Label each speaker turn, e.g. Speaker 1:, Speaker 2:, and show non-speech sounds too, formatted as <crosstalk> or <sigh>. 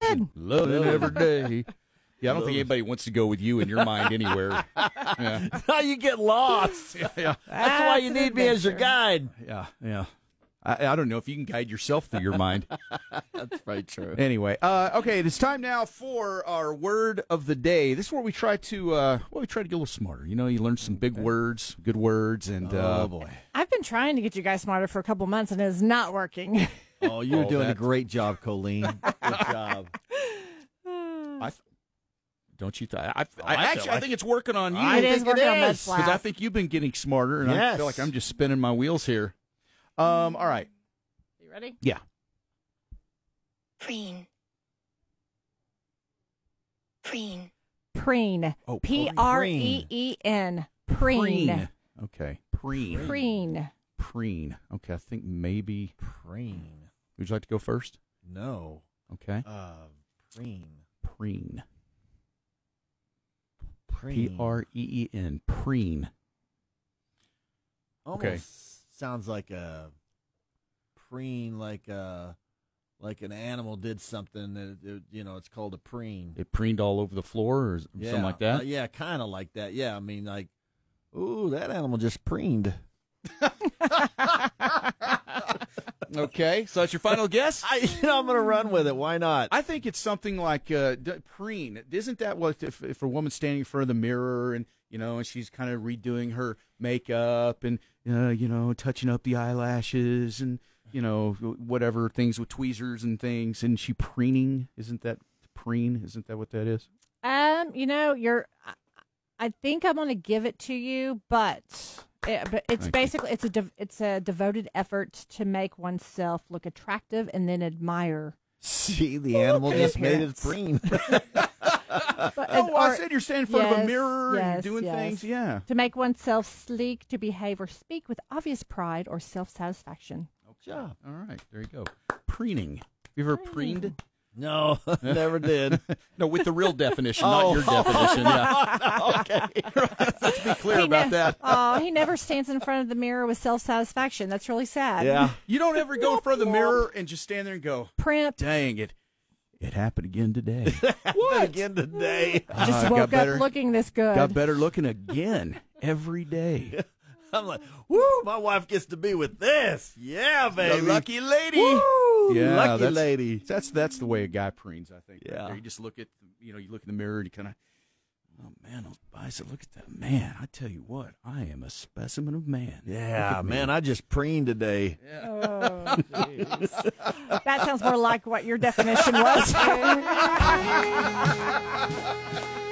Speaker 1: good.
Speaker 2: Loving every day. Yeah, I don't think anybody wants to go with you in your mind
Speaker 3: <laughs>
Speaker 2: anywhere. Yeah,
Speaker 3: Now you get <laughs> lost. That's
Speaker 2: yeah,
Speaker 3: why you
Speaker 1: an
Speaker 3: need me as your
Speaker 1: adventure.
Speaker 3: guide.
Speaker 2: yeah. yeah. I, I don't know if you can guide yourself through your mind.
Speaker 3: <laughs> That's very true.
Speaker 2: Anyway, uh, okay, it is time now for our word of the day. This is where we try to uh, well, we try to get a little smarter. You know, you learn some big words, good words, and uh, <laughs>
Speaker 3: Oh boy.
Speaker 1: I've been trying to get you guys smarter for a couple months and it is not working. <laughs>
Speaker 3: Oh, you're
Speaker 2: Oh,
Speaker 3: doing a
Speaker 2: that-
Speaker 3: great job,
Speaker 2: <laughs>
Speaker 3: Colleen. Good job.
Speaker 2: don't you? Th- I, I,
Speaker 3: Oh, I feel
Speaker 2: actually, I
Speaker 3: like-
Speaker 2: think it's working on you.
Speaker 1: It is working on Mud's
Speaker 2: Because I
Speaker 1: lap.
Speaker 2: think you've been getting smarter, and I feel like
Speaker 3: Yes.
Speaker 2: I'm just spinning my wheels here. Um, all right,
Speaker 1: You ready?
Speaker 2: yeah,
Speaker 4: Preen. Preen.
Speaker 1: Preen.
Speaker 2: Oh, oh,
Speaker 1: P R E E N. Preen.
Speaker 2: Okay, preen,
Speaker 1: Preen.
Speaker 2: preen. Okay, I think maybe.
Speaker 3: Preen.
Speaker 2: Would you like to go first?
Speaker 3: No.
Speaker 2: Okay,
Speaker 3: Uh, preen.
Speaker 2: preen.
Speaker 3: Preen.
Speaker 2: P R E E N. Preen.
Speaker 3: Almost
Speaker 2: okay.
Speaker 3: sounds like a preen, like a like an animal did something. That it- you know, it's called a preen.
Speaker 2: It preened all over the floor or s-
Speaker 3: yeah.
Speaker 2: something like that.
Speaker 3: Uh, yeah, kind of like that. Yeah, I mean, like, ooh, that animal just preened. <laughs>
Speaker 2: Okay, so that's your final <laughs> guess.
Speaker 3: I, you know, I'm gonna run with it. Why not?
Speaker 2: I think it's something like uh, d- preen. Isn't that what if, if a woman's standing in front of the mirror and you know and she's kind of redoing her makeup and uh, you know touching up the eyelashes and you know whatever things with tweezers and things and she preening? Isn't that preen? Isn't that what that is?
Speaker 1: Um, you know, you're. I, I think I'm going to give it to you, but. It, but it's
Speaker 2: Thank you.
Speaker 1: basically it's a dev it's a devoted effort to make oneself look attractive and then admire.
Speaker 3: See, the
Speaker 2: Oh,
Speaker 3: animal
Speaker 1: okay.
Speaker 3: just made it
Speaker 1: Appearance.
Speaker 3: preen.
Speaker 1: But,
Speaker 2: oh, I
Speaker 1: or-
Speaker 2: said you're standing in front of a
Speaker 1: yes,
Speaker 2: mirror
Speaker 1: yes,
Speaker 2: and you're doing
Speaker 1: yes.
Speaker 2: things. Yeah.
Speaker 1: to make oneself sleek, to behave or speak with obvious pride or self satisfaction.
Speaker 3: job.
Speaker 2: All right, there you go. Preening. You ever preened?
Speaker 3: No, <laughs> never <laughs> did.
Speaker 2: No, with the real definition,
Speaker 3: Oh.
Speaker 2: not your definition. Yeah. <laughs> okay. Let's be clear about
Speaker 1: <laughs>
Speaker 2: that.
Speaker 1: Oh, he never stands in front of the mirror with self satisfaction. That's really sad.
Speaker 3: Yeah.
Speaker 2: You don't ever go in front of the mirror and just stand there and go,
Speaker 1: Primp
Speaker 2: dang it. It happened again today.
Speaker 3: What again today?
Speaker 2: Ah,
Speaker 1: just
Speaker 2: got
Speaker 1: woke up
Speaker 2: better-
Speaker 1: looking this good.
Speaker 2: Got better looking again every day.
Speaker 3: <laughs> I'm like, woo! My wife gets to be with this. Yeah, baby.
Speaker 2: lady.
Speaker 3: Woo,
Speaker 2: Yeah,
Speaker 3: lucky
Speaker 2: that's-
Speaker 3: lady.
Speaker 2: That's that's the way a guy preens, I think. right
Speaker 3: Yeah.
Speaker 2: there. You just look at you know, you look in the mirror and you kinda Oh man, those biceps, look at that man. I tell you what, I am a specimen of man. Look
Speaker 3: Yeah,
Speaker 2: at me.
Speaker 3: man, I just preened today.
Speaker 1: Oh, jeez. that sounds more like what your definition was.